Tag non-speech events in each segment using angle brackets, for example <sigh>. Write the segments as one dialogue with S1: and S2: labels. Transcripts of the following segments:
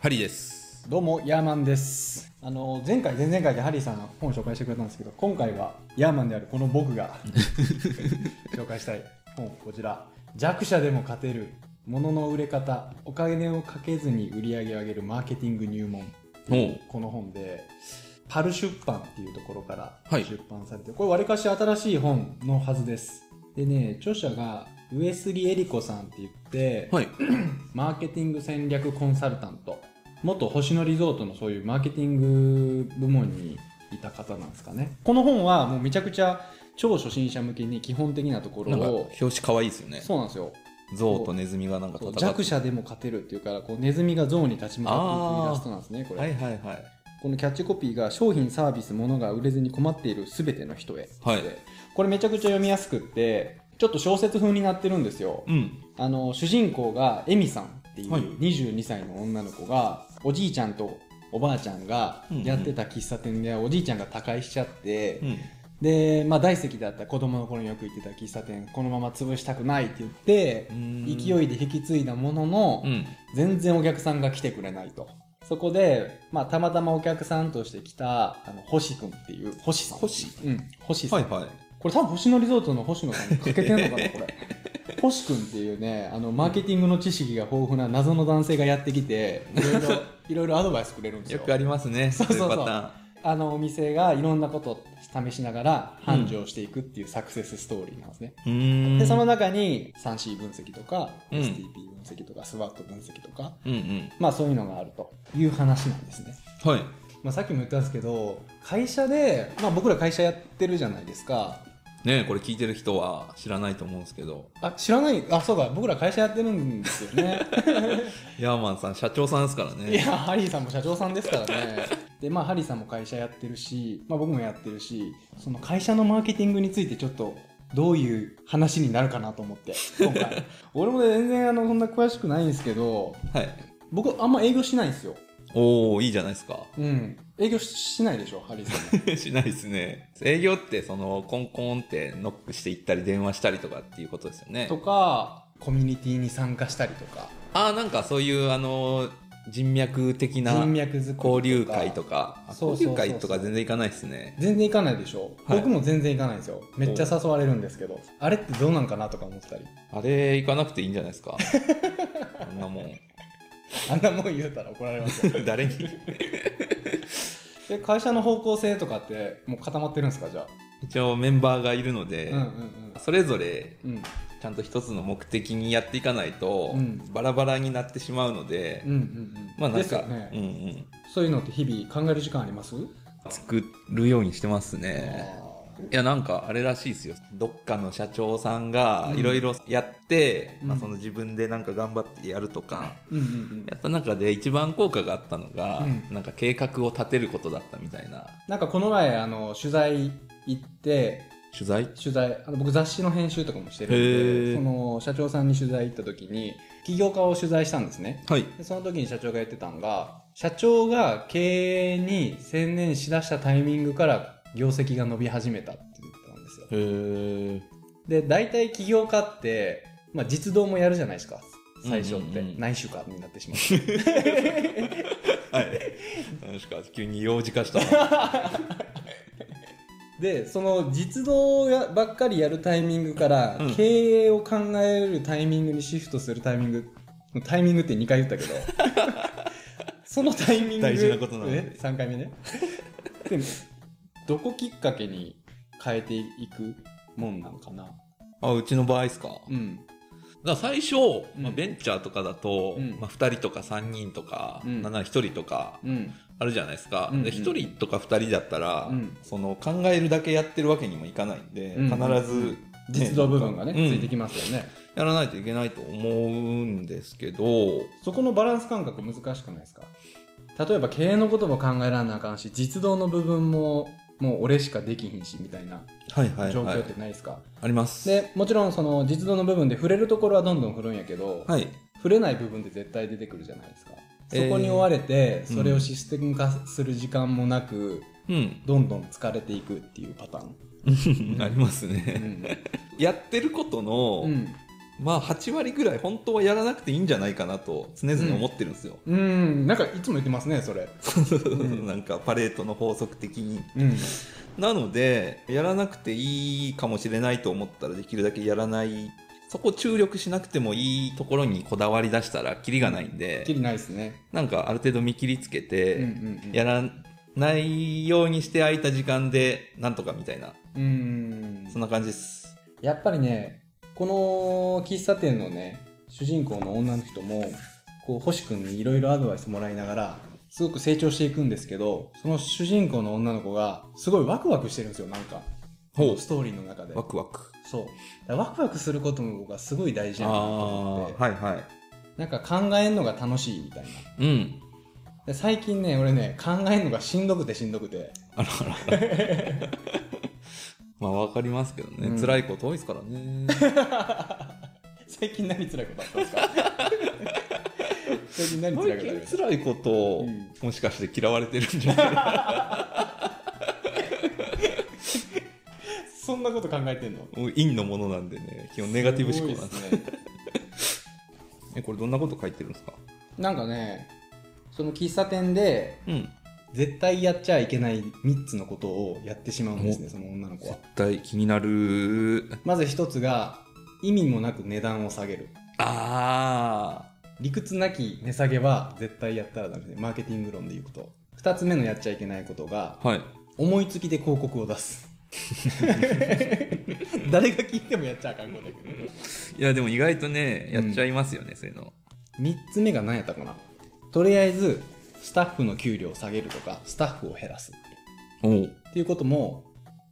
S1: ハリーです。
S2: どうもヤーマンですあの前回前々回でハリーさんが本を紹介してくれたんですけど今回はヤーマンであるこの僕
S1: <laughs>
S2: が紹介したい本こちら弱者でも勝てる物の売れ方お金をかけずに売り上げを上げるマーケティング入門っていう
S1: おう
S2: この本でパル出版っていうところから
S1: はい
S2: 出版されて、これわりかし新しい本のはずですでね著者が上杉江里子さんって言って、
S1: はい。
S2: マーケティング戦略コンサルタント元星野リゾートのそういうマーケティング部門にいた方なんですかねこの本はもうめちゃくちゃ超初心者向けに基本的なところ
S1: なんか
S2: を
S1: 表紙可愛いですよね。
S2: そうなんですよ
S1: 象とネズミがなんか
S2: そう
S1: 戦って。
S2: 弱者でも勝てるっていうからこうネズミが象に立ち向かっていくイラストなんですねこれ、
S1: はいはいはい。
S2: このキャッチコピーが商品サービス物が売れずに困っている全ての人へ、
S1: はい
S2: これめちゃくちゃ読みやすくってちょっと小説風になってるんですよ
S1: うん。
S2: あの主人公がエミさんっていう
S1: はい
S2: 22歳の女の子がおじいちゃんとおばあちゃんがやってた喫茶店でおじいちゃんが他界しちゃって、
S1: うん。
S2: で、まあ、大好きだった子供の頃によく行ってた喫茶店このまま潰したくないって言って
S1: うん
S2: 勢いで引き継いだものの、
S1: うん。
S2: 全然お客さんが来てくれないと。そこで、まあ、たまたまお客さんとして来た、あの、星くんっていう、星さん。
S1: 星
S2: うん、星さん。
S1: はいはい。
S2: これ多分星野リゾートの星野さんにかけてんのかな、これ。星くんっていうね、あの、マーケティングの知識が豊富な謎の男性がやってきて、いろいろ、 <laughs> いろいろアドバイスくれるんです
S1: よ
S2: よ。
S1: くありますね。
S2: そうそうそう
S1: いパターン。
S2: あの、お店がいろんなことを試しながら繁盛していくっていうサクセスストーリーなんですね。
S1: うーん。
S2: で、その中に 3C 分析とか、
S1: うん
S2: STP 分析とか、SWOT 分析とか、
S1: うんうん。
S2: まあそういうのがあるという話なんですね。
S1: はい。
S2: まあ、さっきも言ったんですけど会社で、まあ、僕ら会社やってるじゃないですか
S1: ねえこれ聞いてる人は知らないと思うんですけど、
S2: あ知らないあそうだ僕ら会社やってるんですよ <laughs> ね
S1: ヤーマンさん、社長さんですから
S2: い
S1: ね。
S2: やハリーさんも社長さんですからねでまあハリーさんも会社やってるし、まあ、僕もやってるしその会社のマーケティングについてちょっとどういう話になるかなと思って今回 <laughs> 俺もね全然あのそんな詳しくないんですけど
S1: はい。
S2: 僕あんま営業しないんですよ
S1: おー、いいじゃないですか。 <laughs>
S2: うん営業ししないでしょハリーさん <laughs>
S1: しないですね。営業って、その、コンコンってノックしていったり、電話したりとかっていうことですよね。
S2: とかコミュニティに参加したりとか
S1: ああ、なんかそういう、あの、人脈的な
S2: 人脈作りとか
S1: 交流会とか、あ
S2: そう
S1: 交
S2: そうそ
S1: 流
S2: うそう
S1: 会とか全然行かないですね。
S2: 全然行かないでしょ、
S1: はい
S2: 僕も全然行かないんですよめっちゃ誘われるんですけどあれってどうなんかなとか思ったり <laughs>
S1: あれ、行かなくていいんじゃないですか。あんなもん。 <laughs>
S2: あんなもん言うたら怒られ <laughs> ますよ
S1: 誰に
S2: で会社の方向性とかってもう固まってるんですかじゃあ、
S1: 一応メンバーがいるので、
S2: うんうん
S1: それぞれ
S2: うんうん
S1: ちゃんと一つの目的にやっていかないと、
S2: うん
S1: バラバラになってしまうので、
S2: うんうん
S1: まあなん
S2: です
S1: か、
S2: よね、
S1: うんうん、
S2: そういうのって日々考える時間あります、
S1: 作るようにしてますね。いやなんかあれらしいですよどっかの社長さんが
S2: うん
S1: いろいろやって、
S2: うん
S1: まあ、その自分でなんか頑張ってやるとか、
S2: うんうんうん
S1: やった中で一番効果があったのが、
S2: うん
S1: なんか計画を立てることだったみたいな
S2: なんかこの前あの取材行って
S1: 取材
S2: 取材あの僕雑誌の編集とかもして
S1: へ
S2: るんで
S1: ー
S2: その社長さんに取材行った時に起業家を取材したんですね
S1: はい
S2: でその時に社長が言ってたのが社長が経営に専念しだしたタイミングから業績が伸び始めたって言ってたんですよ
S1: へえ
S2: で大体起業家って、まあ、実動もやるじゃないですか最初っ
S1: うんう
S2: て
S1: んうん
S2: 何週間になってしまう
S1: はい確か急に用事化した
S2: <laughs> でその実動やばっかりやるタイミングから、
S1: うん
S2: 経営を考えるタイミングにシフトするタイミングタイミングって2回言っ
S1: <laughs>
S2: たけどそのタイミング
S1: 大事なことなので
S2: え3回目ねでもどこきっかけに変えていくもんなのかな
S1: あうちの場合ですか,、
S2: うん
S1: だから最初、
S2: うん
S1: まあ、ベンチャーとかだと、
S2: うん
S1: まあ、2人とか3人とか、
S2: うん
S1: なんなら1人とか
S2: うん
S1: あるじゃないですか、
S2: うんうん
S1: で1人とか2人だったら、
S2: うん
S1: その考えるだけやってるわけにもいかないんで、
S2: うん
S1: 必ず、
S2: うん実動部分がね、
S1: うん
S2: ついてきますよね
S1: やらないといけないと思うんですけど
S2: そこのバランス感覚難しくないですか例えば経営のことも考えられなあかんし実動の部分ももう俺しかできひんしみたいな
S1: はいはいはい
S2: 状況ってないですか、
S1: あります
S2: でもちろんその実動の部分で触れるところはどんどん振るんやけど、
S1: はい
S2: 触れない部分って絶対出てくるじゃないですかそ
S1: えー
S2: こに追われて
S1: うん
S2: それをシステム化する時間もなく、
S1: うん
S2: <laughs> どんどん疲れていくっていうパターン、
S1: あります
S2: う
S1: ね、
S2: ん
S1: やってることの
S2: うん
S1: まあ8割ぐらい本当はやらなくていいんじゃないかなと常々思ってるんですよ、
S2: うんなんかいつも言ってますねそれん
S1: <laughs> なんかパレートの法則的に
S2: うん
S1: なのでやらなくていいかもしれないと思ったらできるだけやらないそこ注力しなくてもいいところにこだわり出したらキリがないんで
S2: きりないですね
S1: なんかある程度見切りつけ
S2: うん
S1: て
S2: うんうん
S1: やらないようにして空いた時間でなんとかみたいな
S2: うん
S1: そんな感じです
S2: やっぱりねこの喫茶店のね主人公の女の人もこう星君にいろいろアドバイスもらいながらすごく成長していくんですけどその主人公の女の子がすごいワクワクしてるんですよなんか
S1: ほう
S2: ストーリーの中で
S1: ワクワク
S2: そうだからワクワクすることも僕はすごい大事だなと思って、
S1: ーはいはい
S2: なんか考えるのが楽しいみたいな
S1: うん
S2: で最近ね俺ね考えるのがしんどくてしんどくて
S1: あらあらまあわかりますけどね、
S2: うん
S1: 辛いこと多いですから <laughs> ね
S2: 最近何辛いことあったんですか <laughs> 最近何辛い
S1: 最
S2: ことあ
S1: 近
S2: りました
S1: 辛いことを、
S2: うん
S1: もしかして嫌われてるんじゃない <laughs> か
S2: そんなこと考えてんの
S1: もう陰のものなんでね基本ネガティブ思考なんです
S2: すごいっすね
S1: えこれどんなこと書いてるんですか
S2: なんかねその喫茶店で
S1: うん
S2: 絶対やっちゃいけない3つのことをやってしまうんですねその女の子
S1: 絶
S2: は
S1: 対気になる
S2: まず1つが意味もなく値段を下げる
S1: あ
S2: 理屈なき値下げは絶対やったらダメですねマーケティング論で言うと2つ目のやっちゃいけないことが
S1: ーはい
S2: 思いつきで広告を出す <laughs> 誰が聞いてもやっちゃあかんことだけど
S1: いやでも意外とねやっちゃいますよね、そういうの
S2: 3つ目が何やったかなとりあえずスタッフの給料を下げるとかスタッフを減らす
S1: おう
S2: っていうことも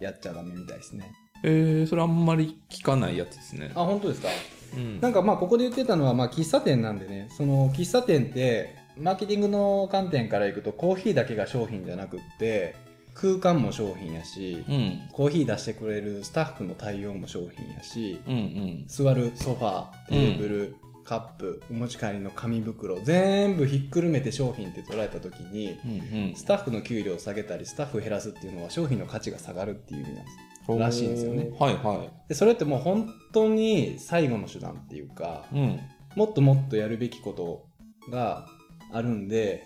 S2: やっちゃダメみたいですね
S1: えー、それあんまり聞かないやつですね
S2: あ本当ですか
S1: うん
S2: なんかまあここで言ってたのはまあ喫茶店なんでねその喫茶店ってマーケティングの観点からいくとコーヒーだけが商品じゃなくって空間も商品やし
S1: うん
S2: コーヒー出してくれるスタッフの対応も商品やし
S1: うんうん
S2: 座るソファーテーブル、カップお持ち帰りの紙袋全部ひっくるめて商品って捉えた時に
S1: うんうん
S2: スタッフの給料を下げたりスタッフを減らすっていうのは商品の価値が下がるっていう意味なんですらしいんですよね
S1: はいは
S2: でそれってもう本当に最後の手段っていうか
S1: いうん
S2: もっともっとやるべきことがあるんで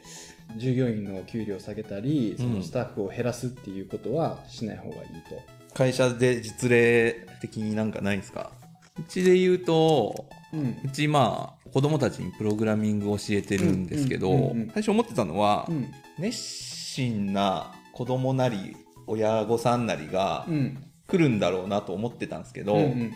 S2: 従業員の給料を下げたりそのスタッフを減らすっていうことはしない方がいいと、
S1: 会社で実例的になんかないですかうちで言うとうちまあ子供たちにプログラミングを教えてるんですけど、
S2: うんうんうんうん
S1: 最初思ってたのは、
S2: うん
S1: 熱心な子供なり親御さんなりが
S2: うん
S1: 来るんだろうなと思ってたんですけど、
S2: うんうん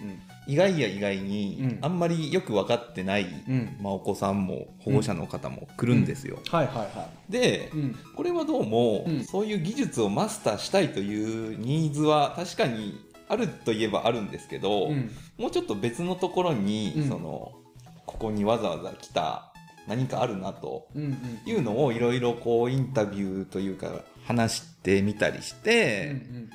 S1: 意外や意外に
S2: うん
S1: あんまりよく分かってない、
S2: うん
S1: まあ、お子さんも保護者の方も来るんですよ。
S2: はいはいは
S1: で
S2: い、うん
S1: これはどうも、
S2: うん
S1: そういう技術をマスターしたいというニーズは確かにあるといえばあるんですけど、
S2: うん
S1: もうちょっと別のところに、
S2: うん
S1: そのここにわざわざ来た何かあるなと
S2: うんうん
S1: いうのをいろいろこうインタビューというか話してみたりし
S2: うんう
S1: て、
S2: ん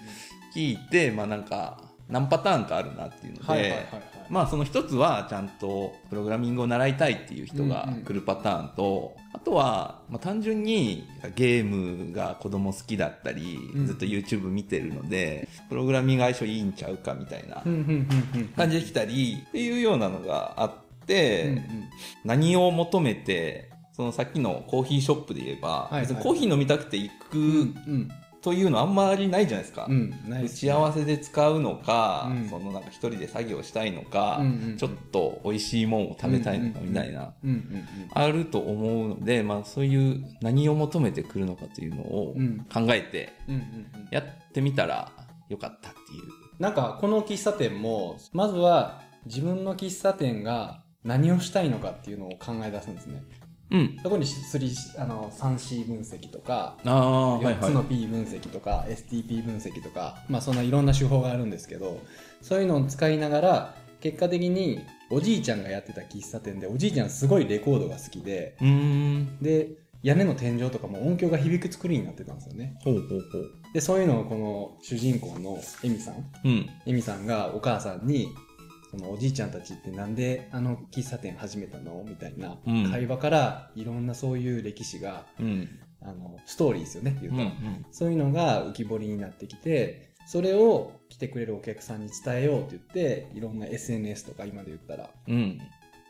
S1: 聞いてまあなんか何パターンかあるなっていうので。
S2: はいはいはいはい
S1: まあその一つはちゃんとプログラミングを習いたいっていう人が来るパターンと、あとはまあ単純にゲームが子供好きだったり、
S2: うん
S1: ずっと YouTube 見てるのでプログラミング相性いいんちゃうかみたいな
S2: うんうんうんうん
S1: 感じで来たりっていうようなのがあって、
S2: うんうん
S1: 何を求めてそのさっきのコーヒーショップで言えば、
S2: いはい
S1: 別にコーヒー飲みたくて行く
S2: うん
S1: というのはあんまりないじゃないですか。
S2: うんナイ
S1: 打
S2: ス
S1: ち合わせで使うのか、
S2: うん
S1: そのなんか一人で作業したいのか、
S2: うんうんうん
S1: ちょっと美味しいもんを食べたいのか
S2: うんうんうん
S1: みたいな、
S2: うんうん
S1: あると思うので、まあ、そういう何を求めてくるのかというのを
S2: うん
S1: 考えて
S2: うんうんうんうん
S1: やってみたらよかったっていう。
S2: なんかこの喫茶店もまずは自分の喫茶店が何をしたいのかっていうのを考え出すんですね
S1: うん、
S2: そこにすりあの 3C 分析とか
S1: ああはい
S2: 4つ
S1: はい。
S2: の P 分析とか STP 分析とかまあそんないろんな手法があるんですけどそういうのを使いながら結果的におじいちゃんがやってた喫茶店でおじいちゃんすごいレコードが好きで
S1: うーん
S2: で屋根の天井とかも音響が響く作りになってたんですよね
S1: ほうほうほう。
S2: でそういうのをこの主人公のエミさん
S1: うん
S2: エミさんがお母さんにそのおじいちゃんたちってなんであの喫茶店始めたのみたいな
S1: うん
S2: 会話からいろんなそういう歴史が
S1: うん
S2: あのストーリーですよね言う
S1: う
S2: と、
S1: ん
S2: そういうのが浮き彫りになってきてそれを来てくれるお客さんに伝えようって言っていろんな SNS とか今で言ったら
S1: うん。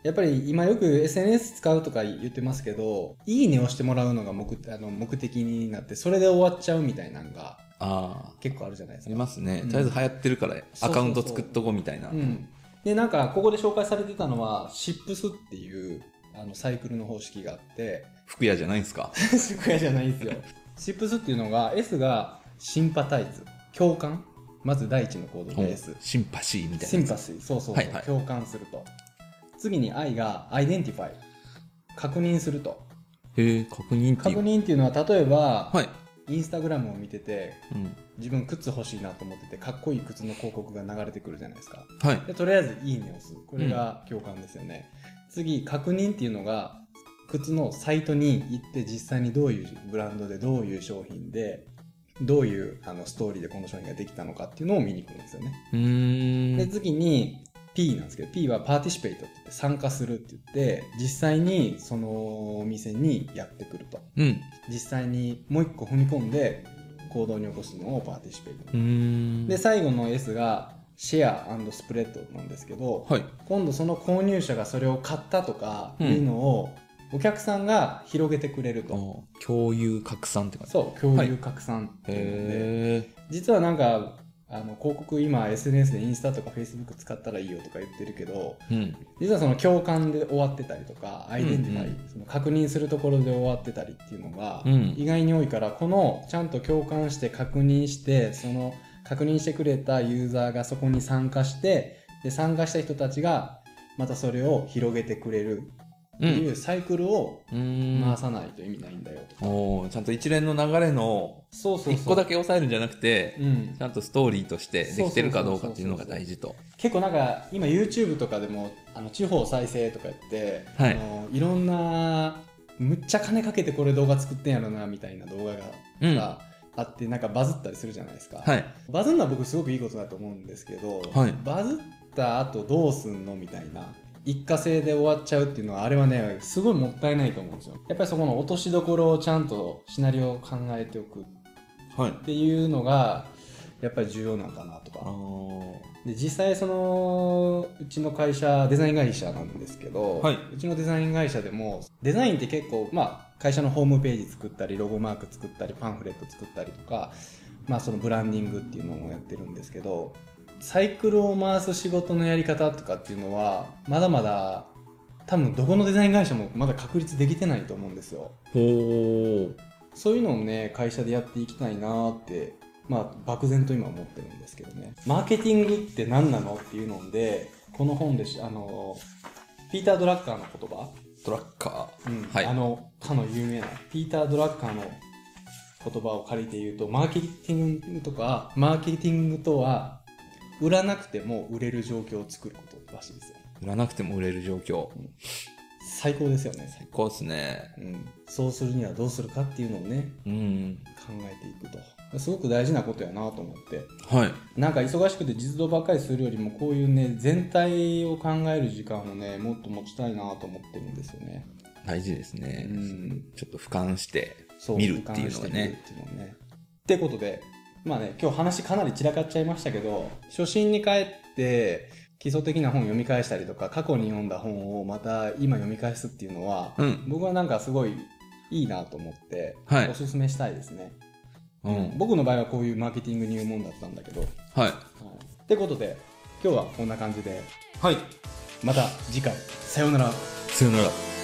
S2: やっぱり今よく SNS 使うとか言ってますけど「いいね」をしてもらうのが目あの目的になってそれで終わっちゃうみたいなのが
S1: ああ。
S2: 結構あるじゃないで
S1: あ
S2: すか。
S1: りますね。
S2: うん
S1: とりあえず流行ってるからアカウント作っとこうみたいな。
S2: うん、でなんかここで紹介されてたのは SIPS っていうあのサイクルの方式があって
S1: <laughs> 服屋じゃないんですか。
S2: すごいじゃないんですよ SIPS っていうのが S がシンパタイズ共感まず第一の行動で S
S1: シンパシーみたい
S2: シ
S1: な
S2: ン
S1: やつ。
S2: パシーそうそうそう、
S1: はいはい
S2: 共感すると次に I がアイデンティファイ確認すると
S1: へえ、確認ってい
S2: 確
S1: う。
S2: 認っていうのは例えば、
S1: はい。
S2: インスタグラムを見てて
S1: うん。
S2: 自分靴欲しいなと思っててかっこいい靴の広告が流れてくるじゃないですか
S1: はい。
S2: でとりあえず「いいね」を押すこれが共感ですよね、次確認っていうのが靴のサイトに行って実際にどういうブランドでどういう商品でどういうあのストーリーでこの商品ができたのかっていうのを見に来るんですよね、
S1: うー
S2: で
S1: ん。
S2: 次に P なんですけど P はパーティシペイトって言って参加するって言って実際にそのお店にやってくると
S1: うん。
S2: 実際にもう一個踏み込んで行動に起こすのをパーティシペイト
S1: うーん。
S2: で最後の S がシェアスプレッドなんですけど、
S1: はい。
S2: 今度その購入者がそれを買ったとか
S1: うん
S2: いうのをお客さんが広げてくれると、
S1: あ共有拡散って感じ。
S2: そう共有拡散っていうので、
S1: へ
S2: 実はなんかあの広告今 SNS でインスタとか Facebook 使ったらいいよとか言ってるけど
S1: え。うん。
S2: 実はその共感で終わってたりとかアイデンティファイ、
S1: うん
S2: その確認するところで終わってたりっていうのが
S1: うん
S2: 意外に多いからこのちゃんと共感して確認してその確認してくれたユーザーがそこに参加してで参加した人たちがまたそれを広げてくれるって
S1: う
S2: い
S1: ん。
S2: うサイクルを
S1: うーん
S2: 回さないと意味ないんだよと、
S1: おーちゃんと一連の流れの
S2: そうそうそう
S1: 一個だけ抑えるんじゃなくて、
S2: うん
S1: ち、ゃんとストーリーとしてできてるかどうかっていうのが大事と。
S2: 結構なんか今 YouTube とかでもあの地方再生とかやって、
S1: はい
S2: あのいろんなむっちゃ金かけてこれ動画作ってんやろなみたいな動画が,、
S1: うん
S2: があってなんかバズったりするじゃないですか、
S1: はい。
S2: バズるのは僕すごくいいことだと思うんですけど、
S1: はい
S2: バズった後どうすんのみたいな一過性で終わっちゃうっていうのはあれはねすごいもったいないと思うんですよやっぱりそこの落としどころをちゃんとシナリオを考えておくっ
S1: はい。
S2: ていうのがやっぱり重要なんかなとか
S1: あー
S2: で実際そのうちの会社デザイン会社なんですけど、
S1: はいう
S2: ちのデザイン会社でもデザインって結構まあ会社のホームページ作ったりロゴマーク作ったりパンフレット作ったりとか、まあ、そのブランディングっていうのもやってるんですけどサイクルを回す仕事のやり方とかっていうのはまだまだ多分どこのデザイン会社もまだ確立できてないと思うんですよ。
S1: ほう。
S2: そういうのをね、会社でやっていきたいなーって、まあ、漠然と今思ってるんですけどね。マーケティングって何なのっていうので、この本でし、あの、ピーター・ドラッカーの言葉、
S1: トラッカー。
S2: うん
S1: はい
S2: あの、かの有名な、ピーター・ドラッカーの言葉を借りて言うと、マーケティングとか、マーケティングとは、売らなくても売れる状況を作ることらしいですよ。
S1: 売らなくても売れる状況。
S2: 最高ですよね。
S1: 最高ですね。
S2: うん、そうするにはどうするかっていうのをね、
S1: うん。
S2: 考えていくとすごく大事なことやなと思って
S1: はい。
S2: なんか忙しくて実動ばっかりするよりもこういうね全体を考える時間をねもっと持ちたいなと思ってるんですよね
S1: 大事ですね。
S2: うん
S1: ちょっと俯瞰して見るっていうのがね。
S2: 俯瞰して見るっていうのねってことでまあね今日話かなり散らかっちゃいましたけど初心に帰って基礎的な本読み返したりとか過去に読んだ本をまた今読み返すっていうのは、
S1: うん
S2: 僕はなんかすごいいいなと思って、
S1: はい
S2: おすすめしたいですね
S1: うん。
S2: 僕の場合はこういうマーケティング入門だったんだけど、はい、
S1: はい。
S2: ってことで今日はこんな感じで
S1: はい。
S2: また次回さようなら
S1: さよなら。